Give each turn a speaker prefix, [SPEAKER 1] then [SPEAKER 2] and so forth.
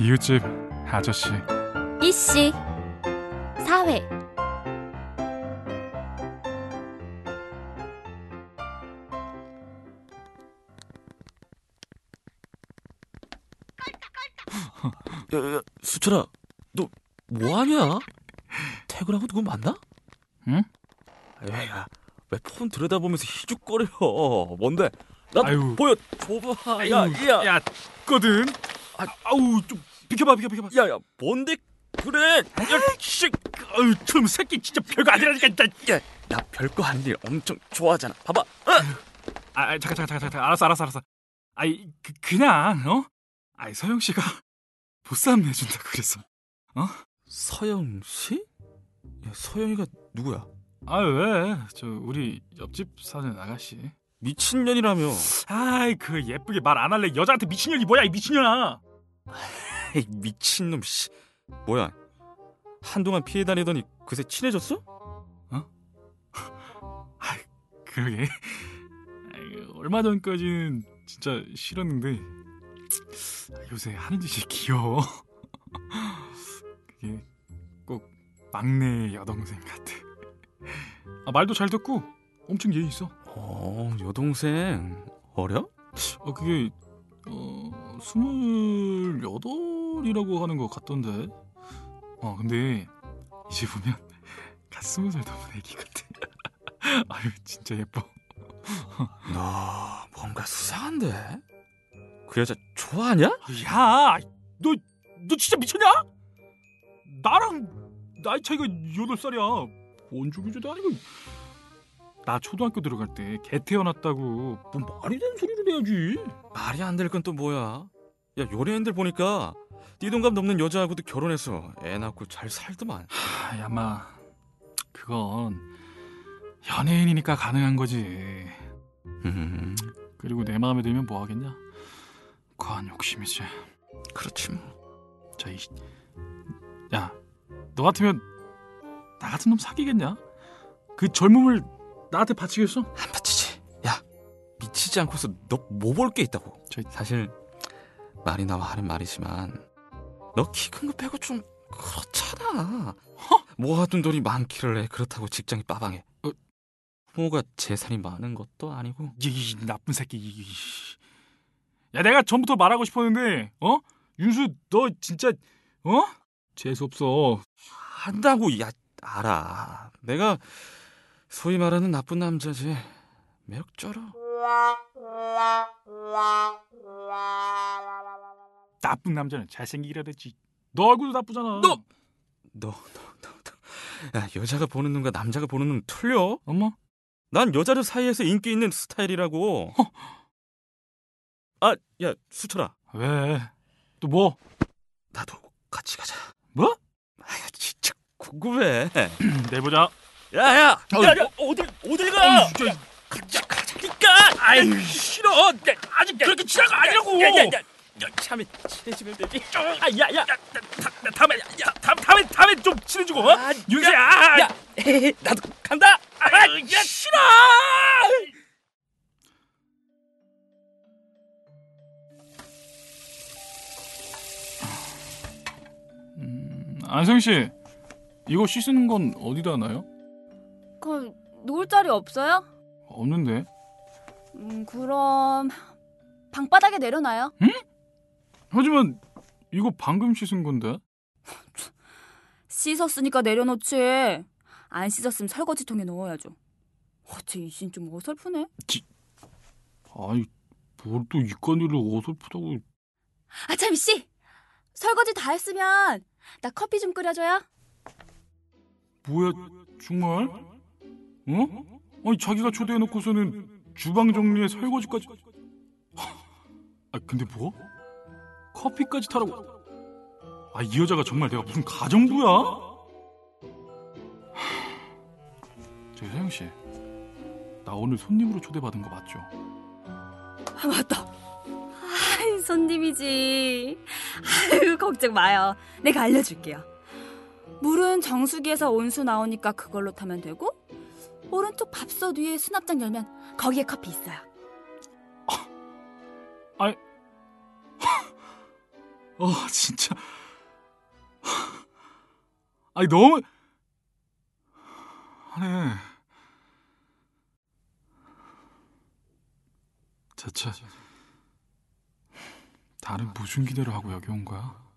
[SPEAKER 1] 이웃집 아저씨
[SPEAKER 2] 이씨 사회
[SPEAKER 3] 야, 야, 수철아, 너 뭐하냐? 퇴근하고 누구 만나?
[SPEAKER 1] 응?
[SPEAKER 3] 야야, 왜 폰 들여다보면서 희죽거려? 뭔데? 나
[SPEAKER 1] 아유.
[SPEAKER 3] 보여 줘봐. 야, 야, 야,
[SPEAKER 1] 야 거든
[SPEAKER 3] 아,
[SPEAKER 1] 아우 좀 비켜봐 비켜봐
[SPEAKER 3] 야, 뭔데? 그래? 야, 씨,
[SPEAKER 1] 아유 틈 새끼 진짜 별거 아니라니까 진짜.
[SPEAKER 3] 야, 나 별거 아닌 일 엄청 좋아하잖아. 봐봐. 어?
[SPEAKER 1] 아 아, 잠깐 잠깐 잠깐 잠깐 알았어 알았어 알았어 아이 그, 그냥 어 아이 서영 씨가 보쌈 내준다 그래서
[SPEAKER 3] 서영 씨? 야, 서영이가 누구야?
[SPEAKER 1] 아왜저 우리 옆집 사는 아가씨
[SPEAKER 3] 미친년이라며.
[SPEAKER 1] 아이 그 예쁘게 말 안 할래 여자한테 미친년이 뭐야 이 미친년아
[SPEAKER 3] 에이, 미친놈 씨. 뭐야? 한동안 피해 다니더니 그새 친해졌어?
[SPEAKER 1] 아이 그러게 아이, 얼마 전까지는 진짜 싫었는데 요새 하는 짓이 귀여워 그게 꼭 막내 여동생 같아 아, 말도 잘 듣고 엄청 예의 있어
[SPEAKER 3] 어, 여동생 어려?
[SPEAKER 1] 아 그게 어 스물여덟이라고 하는 것 같던데 어 근데 이제 보면 갓 스무 살 넘은 애기 같아 아유 진짜 예뻐
[SPEAKER 3] 너 뭔가 수상한데? 그 여자 좋아하냐?
[SPEAKER 1] 야, 너, 너 진짜 미쳤냐? 나랑 나이 차이가 여덟 살이야. 원주교제도 아니고. 나 초등학교 들어갈 때 개 태어났다고 뭐 말이 되는 소리를 해야지.
[SPEAKER 3] 말이 안 될 건 또 뭐야? 야 연예인들 보니까 네 동갑 넘는 여자하고도 결혼해서 애 낳고 잘 살더만.
[SPEAKER 1] 아, 야마, 그건 연예인이니까 가능한 거지.
[SPEAKER 3] 음,
[SPEAKER 1] 그리고 내 마음에 들면 뭐 하겠냐? 과한 욕심이지.
[SPEAKER 3] 그렇지 뭐.
[SPEAKER 1] 자, 이, 야, 너 같으면 나 같은 놈 사귀겠냐? 그 젊음을 나한테 바치겠어?
[SPEAKER 3] 안 바치지. 야 미치지 않고서 너 뭐 볼 게 있다고?
[SPEAKER 1] 저-
[SPEAKER 3] 사실 말이 나와 하는 말이지만 너 키 큰 거 빼고 좀 그렇잖아. 모아둔 돈이 많기를 해. 그렇다고 직장이 빠방해.
[SPEAKER 1] 어?
[SPEAKER 3] 뭐가 재산이 많은 것도 아니고.
[SPEAKER 1] 이, 이 나쁜 새끼. 이, 이. 야, 내가 전부터 말하고 싶었는데, 어? 윤수, 너 진짜, 어? 재수 없어.
[SPEAKER 3] 한다고 야 알아. 내가 소위 말하는 나쁜 남자지. 매력 쩔어.
[SPEAKER 1] 나쁜 남자는 잘생기기라 했지. 너 얼굴도 나쁘잖아.
[SPEAKER 3] 너! 너, 너, 너, 너. 야, 여자가 보는 눈과 남자가 보는 눈 틀려.
[SPEAKER 1] 엄마?
[SPEAKER 3] 난 여자들 사이에서 인기 있는 스타일이라고. 아, 야 수철아,
[SPEAKER 1] 왜? 또 뭐?
[SPEAKER 3] 나도 같이 가자.
[SPEAKER 1] 뭐?
[SPEAKER 3] 아야 진짜 궁금해.
[SPEAKER 1] 음, 내보자.
[SPEAKER 3] 야야,
[SPEAKER 1] 어이.
[SPEAKER 3] 야야, 어딜 어딜 가? 같이 가자니까. 아이 싫어. 야, 아직 그렇게 지나가 아니라고.
[SPEAKER 1] 야야야.
[SPEAKER 3] 참에 친해지면 되지.
[SPEAKER 1] 야야야. 다음에, 야, 다음, 다음에, 다음에 좀 친해지고, 어? 윤수야.
[SPEAKER 3] 야, 나도 간다. 아, 야, 싫어.
[SPEAKER 1] 음, 안성 씨, 이거 씻는 건 어디다 놔요?
[SPEAKER 2] 그럼 놓을 자리 없어요?
[SPEAKER 1] 없는데.
[SPEAKER 2] 음 그럼 방바닥에 내려놔요
[SPEAKER 1] 하지만 이거 방금 씻은 건데.
[SPEAKER 2] 씻었으니까 내려놓지 안 씻었으면 설거지통에 넣어야죠 어째 이신 좀뭐 어설프네
[SPEAKER 1] 아이 뭘 또 이딴 일로 어설프다고
[SPEAKER 2] 아참 이씨 설거지 다 했으면 나 커피 좀 끓여줘요
[SPEAKER 1] 뭐야 정말? 어? 아니 자기가 초대해놓고서는 주방 정리에 설거지까지 아 근데 뭐? 커피까지 타라고 아 이 여자가 정말 내가 무슨 가정부야? 하, 저기 서영씨 나 오늘 손님으로 초대받은 거 맞죠?
[SPEAKER 2] 아 맞다 아 손님이지 아유 걱정 마요 내가 알려줄게요 물은 정수기에서 온수 나오니까 그걸로 타면 되고 오른쪽 밥솥 위에 수납장 열면 거기에 커피 있어요
[SPEAKER 1] 어 진짜 아니 너무 하네 자차 다른 무슨 기대를 하고 여기 온 거야?